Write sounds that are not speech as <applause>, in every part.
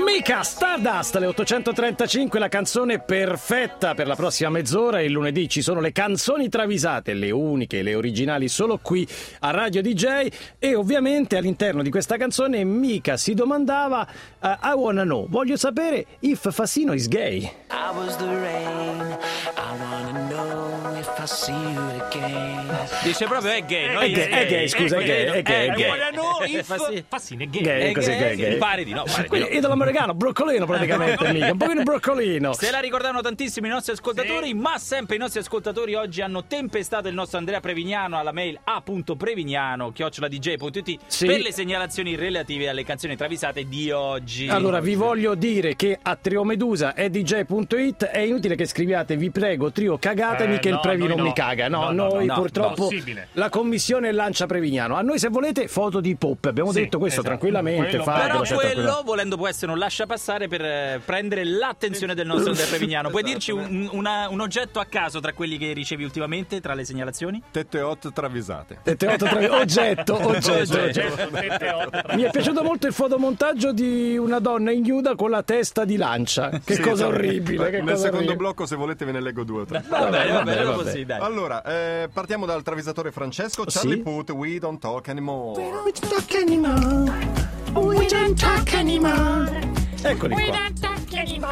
Amica Stardust, le 835, la canzone perfetta per la prossima mezz'ora. Il lunedì ci sono le canzoni travisate, le uniche, le originali, solo qui a Radio DJ. E ovviamente all'interno di questa canzone Mica si domandava eh, I wanna know, voglio sapere if Fassino is gay. I was the rain. I wanna know if I see you again. Dice proprio è gay. no? È gay, è gay, Eh, scusa, è gay, è gay, è eh, gay. guarda, no, if- Fassi- Fassini è gay. Gay, cos'è gay, gay? Mi Pare di no. pare di Quindi no. italo-americano, broccolino praticamente, <laughs> mica. Un pochino broccolino. Se la ricordano tantissimi i nostri ascoltatori, ma sempre i nostri ascoltatori oggi hanno tempestato il nostro Andrea Prevignano alla mail a.prevignano chioccioladj.it Sì. per le segnalazioni relative alle canzoni travisate di oggi. Allora, vi voglio dire che a Triomedusa e DJ.it è inutile che scriviate, vi prego, trio cagatemi Eh, che il no, Previ noi non no. mi caga. No, No, no, noi no, no, purtroppo possibile. la commissione lancia Prevignano. A noi se volete foto di pop, abbiamo Sì, detto questo esatto. tranquillamente, Quello- fatelo, Però cioè, quello, tranquillo. volendo, può essere un lascia passare per eh, prendere l'attenzione del nostro Andrea Prevignano. Puoi Esatto. dirci un, una- un oggetto a caso tra quelli che ricevi ultimamente, tra le segnalazioni? Tette hot travisate. Tette otto tre- <laughs> Oggetto, oggetto, oggetto. Oggetto. Mi è piaciuto molto il fotomontaggio di una donna ignuda con la testa di lancia. Che Sì, cosa esatto. orribile. Che Nel cosa secondo orribile. blocco, se volete, ve ne leggo due o tre. Va bene, va bene, vabbè, dopo vabbè. sì, dai. Allora, eh, partiamo dal travisatore Francesco. Charlie Sì. Puth, We Don't Talk Anymore. We don't talk anymore. We don't talk anymore. Eccoli qua.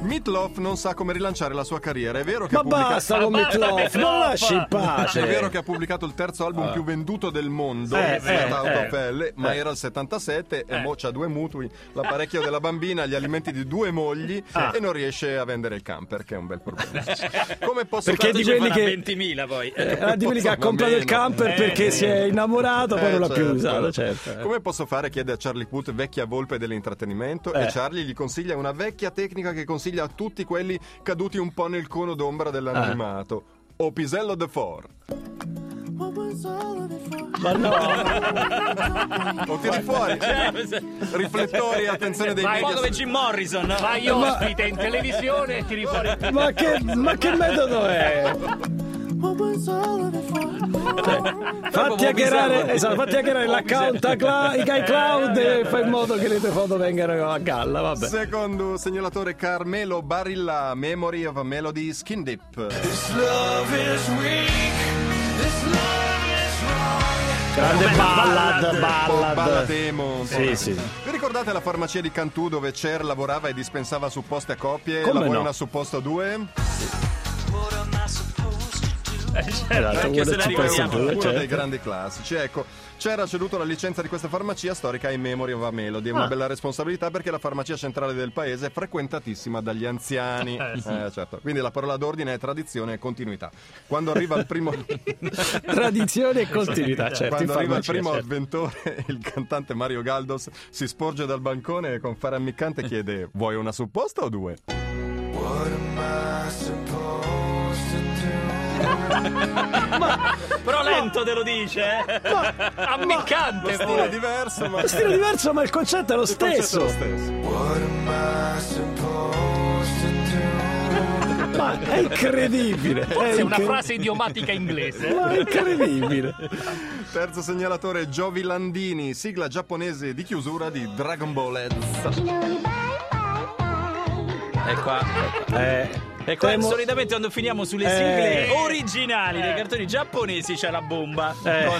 Meatloaf non sa come rilanciare la sua carriera. È vero che, ha, Ma pubblica- basta con Mitloff, non lasci in pace. è vero che ha pubblicato il terzo album più venduto del mondo, Ah. Eh, è stata eh, Autopelle, ma era il 77 e mo c'ha due mutui, l'apparecchio della bambina, gli alimenti di due mogli Ah. e non riesce a vendere il camper, che è un bel <laughs> problema. Come posso Perché Tanto di ci quelli farà che- 20.000 poi. eh, Era di quelli che Eh, ha Mamma comprato mia. il camper perché si è innamorato, poi Eh, non l'ha più certo. usato, certo. Come posso fare? Chiede a Charlie Puth, vecchia volpe dell'intrattenimento, Eh. e Charlie gli consiglia una vecchia tecnica che consiglia a tutti quelli caduti un po' nel cono d'ombra dell'anonimato. Ah. O pisello de for. Ma no, O <laughs> tiri fuori. Riflettori, attenzione dei Ma un po' media. come Eh, Jim Morrison. no? Fai ospite in televisione e tiri fuori. ma che, ma che metodo è? Fatti Proprio hackerare, bizzarro. esatto, fatti hackerare l'account a cla- i iCloud e fai in modo che le tue foto vengano a galla, vabbè. Secondo segnalatore Carmelo Barilla, Memory of a Melody Skin Dip. Grande ballad, ballad. Ballatemo. un po'. Sì, sì. Vi ricordate la farmacia di Cantù dove Cher lavorava e dispensava supposte a coppie? Come la vuoi no? una supposta a due? Eh, Esatto, Anche se guarda, la ci ricordiamo. penso uno pure, dei certo. grandi classici. Ecco, c'era ceduto la licenza di questa farmacia storica in memory of a melody. È Ah. una bella responsabilità perché la farmacia centrale del paese è frequentatissima dagli anziani. Eh, certo. Quindi la parola d'ordine è tradizione e continuità. Quando arriva <laughs> il primo, Tradizione e continuità, certo. in quando arriva il farmacia, primo certo. avventore, il cantante Mario Galdos si sporge dal bancone e con fare ammiccante chiede: Vuoi una supposta o due? Eh, Però lento te lo dice, eh? Lo Ammiccante stile è diverso, ma. Stile diverso, ma il concetto è lo Concetto è stesso. lo stesso. Ma è incredibile. È È una incre- frase idiomatica inglese. Ma è incredibile. Terzo segnalatore Giovi Landini, sigla giapponese di chiusura di Dragon Ball Z. E qua, Eh, e qua temo- solitamente quando finiamo sulle Eh. sigle originali dei cartoni giapponesi c'è la bomba. eh,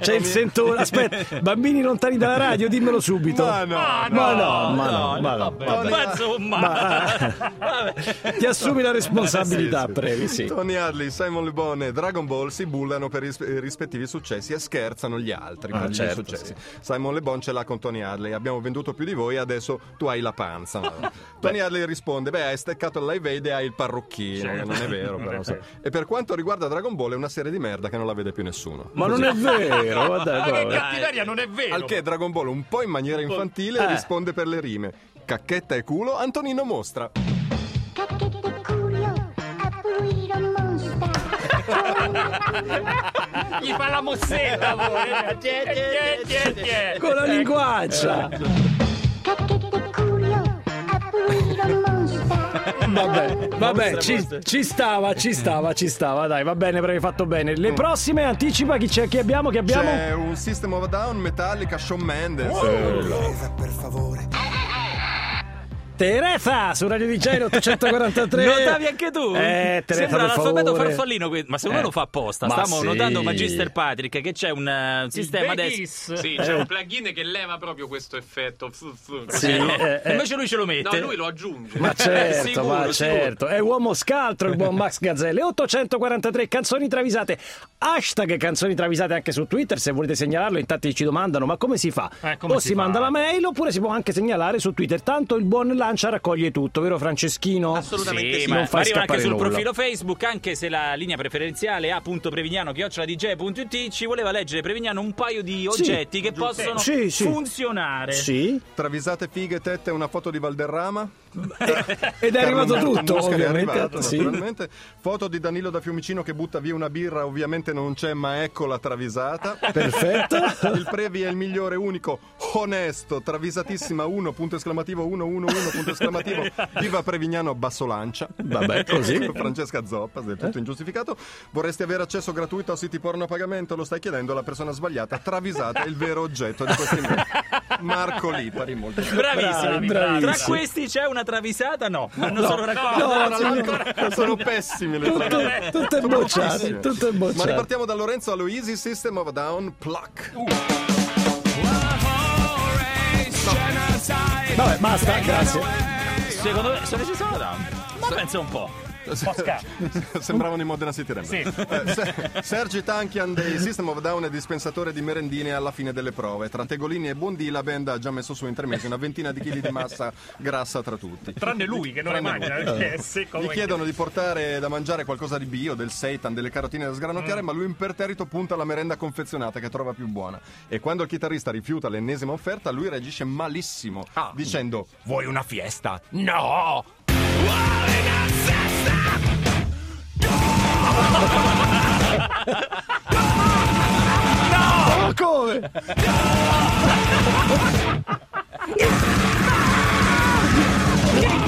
c'è il sentore. Aspetta, bambini lontani dalla radio, dimmelo subito. Ma Ah, no, ma Ah, no, ma no, Oh, no, ma no. vabbè. Ma insomma, <laughs> Vabbè. Ti assumi la responsabilità, Previ, sì. Tony Hadley, Simon Le Bon e Dragon Ball si bullano per i ris- i rispettivi successi e scherzano gli altri Ah, per i certo, successi. Simon Le Bon ce l'ha con Tony Hadley, abbiamo venduto più di voi, adesso tu hai la panza. Ah, Tony Hadley risponde, beh hai steccato il live aid e hai il parrucchino, non è vero <laughs> però. so. E per quanto riguarda Dragon Ball è una serie di merda che non la vede più nessuno. Ma non è vero, guarda, Ma che guarda. cattiveria, non è vero. Al che Dragon Ball, un po' in maniera infantile, Eh. risponde per le rime. Cacchetta e culo, Antonino mostra. Gli fa la mossetta voi. <laughs> Eh, eh, eh, eh, eh. con la linguaccia. Vabbè, vabbè, ci, ci stava, ci stava, ci stava. Dai, va bene, Previ, fatto bene. Le prossime, anticipa chi, Mm. c'è, chi abbiamo, chi abbiamo. C'è un System of a Down, Metallica, Shawn Mendes. Per favore. Teresa su Radio DJ <laughs> 843. Notavi anche tu? Eh, Teresa, Sembra per l'alfabeto favore. farfallino, que- ma se uno Eh. lo fa apposta. Ma Stiamo sì. notando Magister Patrick che c'è un eh, un sistema adesso. Sì, c'è un plugin che leva proprio questo effetto. Fu- fu- così, Sì, no? eh, eh. Invece lui ce lo mette. No, lui lo aggiunge. Ma certo, Sicuro, ma sicuro. certo. È uomo scaltro il buon Max Gazzelle. 843 canzoni travisate. Hashtag canzoni travisate anche su Twitter se volete segnalarlo. Intanto ci domandano ma come si fa? Eh, come o si si, fa? manda la mail oppure si può anche segnalare su Twitter. Tanto il buon Lancia raccoglie tutto, vero Franceschino? Assolutamente sì. non ma fai arriva anche scappare sul nulla. profilo Facebook, anche se la linea preferenziale a.prevignano.dj.it ci voleva leggere Prevignano un paio di Sì. oggetti che possono Sì, sì. funzionare. Sì. Travisate fighe, tette, una foto di Valderrama. Eh, Ed è arrivato Carlo Alberto tutto, Mosca è ovviamente. arrivato, Sì. naturalmente. Foto di Danilo da Fiumicino che butta via una birra, ovviamente non c'è, ma ecco la travisata. Perfetto. <laughs> Il Previ è il migliore, unico, onesto, travisatissima 1, punto esclamativo 1, 1, 1, <laughs> punto esclamativo. Viva Prevignano Basso Lancia. Vabbè, così. Francesca Zoppa, del tutto ingiustificato. Vorresti avere accesso gratuito a siti porno a pagamento? Lo stai chiedendo alla persona sbagliata. Travisata è il vero oggetto di questo invito. Marco Lipari, molto bene. Bravissimi. Bravi, bravissimi. Tra questi c'è una travisata? No, non sono raccolto. no, Allora, no, sono, signor- sono pessime le Tutto, frasi. tutto è Sono bocciato, pessime. tutto è Ma bocciato. ripartiamo da Lorenzo allo Easy System of a Down <laughs> Pluck. Vabbè, basta, grazie. Secondo me sono esistito da Pensa un po'. Sembravano i Modena City Ramblers. Eh, Se- Sergi Tankian dei System of a Down è dispensatore di merendine alla fine delle prove. Tra Tegolini e Bondi la band ha già messo su intermezzo una ventina di chili di massa grassa tra tutti. Tranne lui che non le Tranne mangia, lui. perché è secco Gli come- chiedono di portare da mangiare qualcosa di bio, del seitan, delle carotine da sgranocchiare, ma lui imperterrito punta alla merenda confezionata che trova più buona. E quando il chitarrista rifiuta l'ennesima offerta, lui reagisce malissimo, dicendo: Vuoi una fiesta? No! Ma come?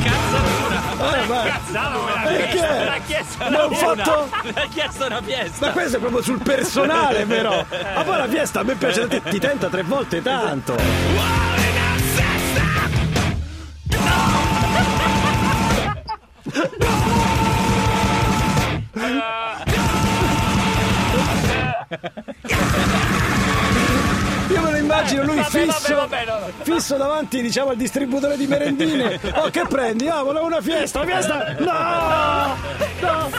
Eh, <laughs> ma L'ha perché? chiesto Ma ho <laughs> fatto... Ha chiesto una fiesta. Ma questo è proprio sul personale, però. Ma poi la fiesta a me piace, ti, ti tenta tre volte tanto. Io me lo immagino lui fisso, fisso davanti diciamo al distributore di merendine. Oh, che prendi? Ah, volevo una fiesta, una fiesta! No! No!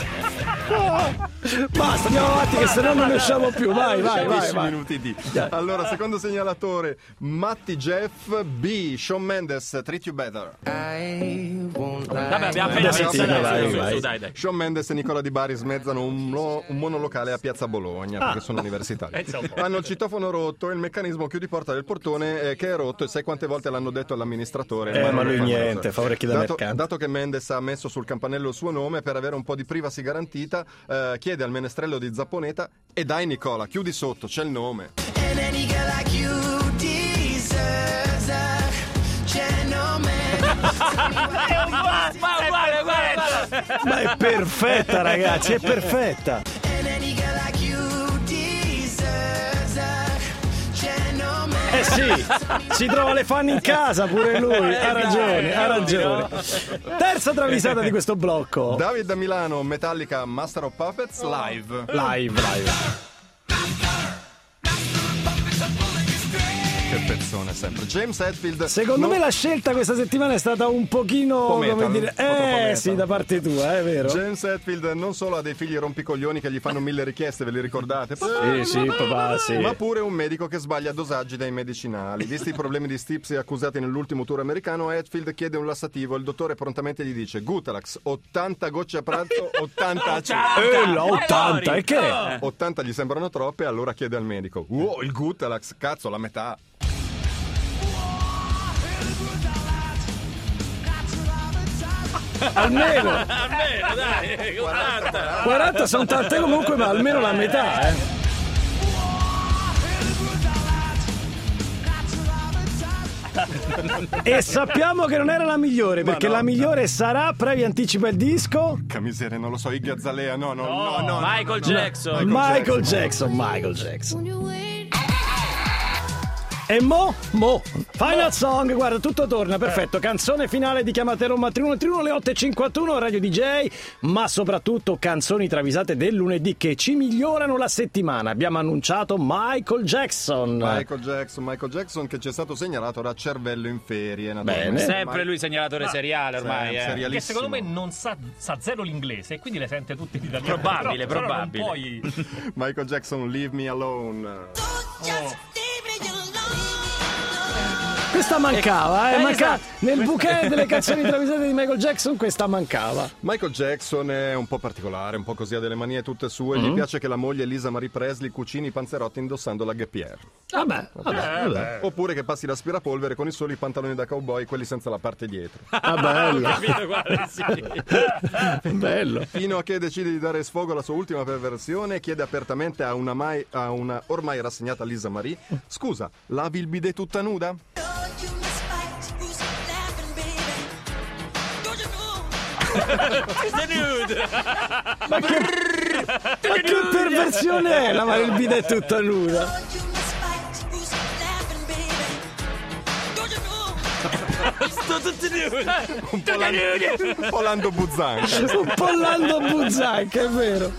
No! Basta, andiamo avanti che se no non ne usciamo più. Vai, vai, vai, 10 vai. minuti di. Allora, secondo segnalatore, Matti Jeff B. Sean Mendes, Treat You Better. Vabbè, abbiamo Eh, appena sì, visto. sì, dai, vai, su, su, vai. su, dai, dai. Sean Mendes e Nicola Di Bari smezzano un, mo- un monolocale a Piazza Bologna Ah. perché sono <laughs> Eh, universitari. Hanno il citofono rotto e il meccanismo chiudiporta del portone eh, che è rotto e sai quante volte l'hanno detto all'amministratore. Eh, ma non lui lo fa mai. niente, fa orecchie da dato, mercante. dato che Mendes ha messo sul campanello il suo nome per avere un po' di privacy garantita, eh, chiede al menestrello di Zapponeta e dai Nicola, chiudi sotto, c'è il nome. Ma uguale, uguale, uguale. Ma è perfetta, ragazzi, è perfetta. Eh sì, si trova le fan in casa pure lui, ha ragione, ha ragione. Terza travisata di questo blocco. David da Milano, Metallica, Master of Puppets, live. Oh. Live, live. Che pezzone sempre. James Hetfield. Secondo no- me la scelta questa settimana è stata un pochino, Un po' metal, come dire, un po' troppo eh metal. sì, da parte tua, è vero? James Hetfield non solo ha dei figli rompicoglioni che gli fanno mille richieste, ve li ricordate? Sì, sì, papà, sì. Ma pure un medico che sbaglia dosaggi dei medicinali. Visti i problemi di stipsi accusati nell'ultimo tour americano, Hetfield chiede un lassativo e il dottore prontamente gli dice Gutalax, 80 gocce a pranzo, <laughs> 80 a cena." Eh, la Eh, 80, Lori, e che? no. 80 gli sembrano troppe, allora chiede al medico Wow, il Gutalax, cazzo, la metà. Almeno Almeno, dai. 40. 40 sono tante comunque, ma almeno la metà, eh. E sappiamo che non era la migliore, perché no, la migliore sarà, previ anticipa il disco, Che miseria, non lo so, i Gazzalea, no, no, no, no. no. Michael Jackson. Michael Jackson, Michael Jackson. E mo, mo, Eh. final song, guarda, tutto torna, perfetto. Canzone finale di Chiamate Roma 3131 alle 8.51, Radio DJ, ma soprattutto canzoni travisate del lunedì che ci migliorano la settimana. Abbiamo annunciato Michael Jackson. Michael Jackson, Michael Jackson che ci è stato segnalato da Cervello in ferie. Bene. naturalmente. Sempre lui segnalatore Ma- seriale ormai. Sì, eh. seriale. Che secondo me non sa, sa zero l'inglese e quindi le sente tutte in italiano. Probabile, Però- però probabile. non puoi- Michael Jackson, Leave Me Alone. Questa mancava, eh, Eh, manca- esatto. nel bouquet delle canzoni travisate di Michael Jackson questa mancava. Michael Jackson è un po' particolare, un po' così, ha delle manie tutte sue. Gli piace che la moglie Elisa Marie Presley cucini i panzerotti indossando la Gappier. Vabbè, vabbè, vabbè. Oppure che passi l'aspirapolvere con i soli pantaloni da cowboy, quelli senza la parte dietro. Ah, eh. bello. Guarda, sì. bello. Fino a che decide di dare sfogo alla sua ultima perversione e chiede apertamente a una, mai- a una ormai rassegnata Lisa Marie: Scusa, lavi il bidet tutta nuda? Ma che perversione è la il bidet è tutta nuda? Un po' l'an- un po' Lando Buzzanca. Un po' Lando Buzzanca, è vero.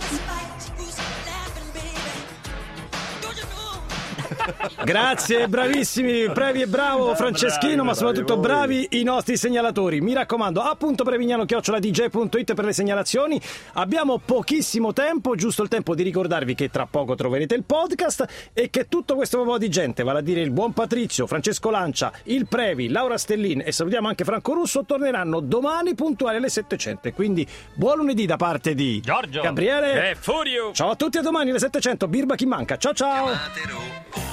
Grazie, bravissimi, bravi e bravo Franceschino, ma soprattutto bravi bravi i nostri segnalatori. Mi raccomando, appunto prevignano-dj.it per le segnalazioni. Abbiamo pochissimo tempo, giusto il tempo di ricordarvi che tra poco troverete il podcast e che tutto questo po' di gente, vale a dire il buon Patrizio, Francesco Lancia, il Previ, Laura Stellin e salutiamo anche Franco Russo, torneranno domani puntuali alle 700. Quindi buon lunedì da parte di Giorgio. Eh. Gabriele. È Furio! Ciao a tutti, a domani alle 700. Birba chi manca. Ciao ciao. Chiamatelo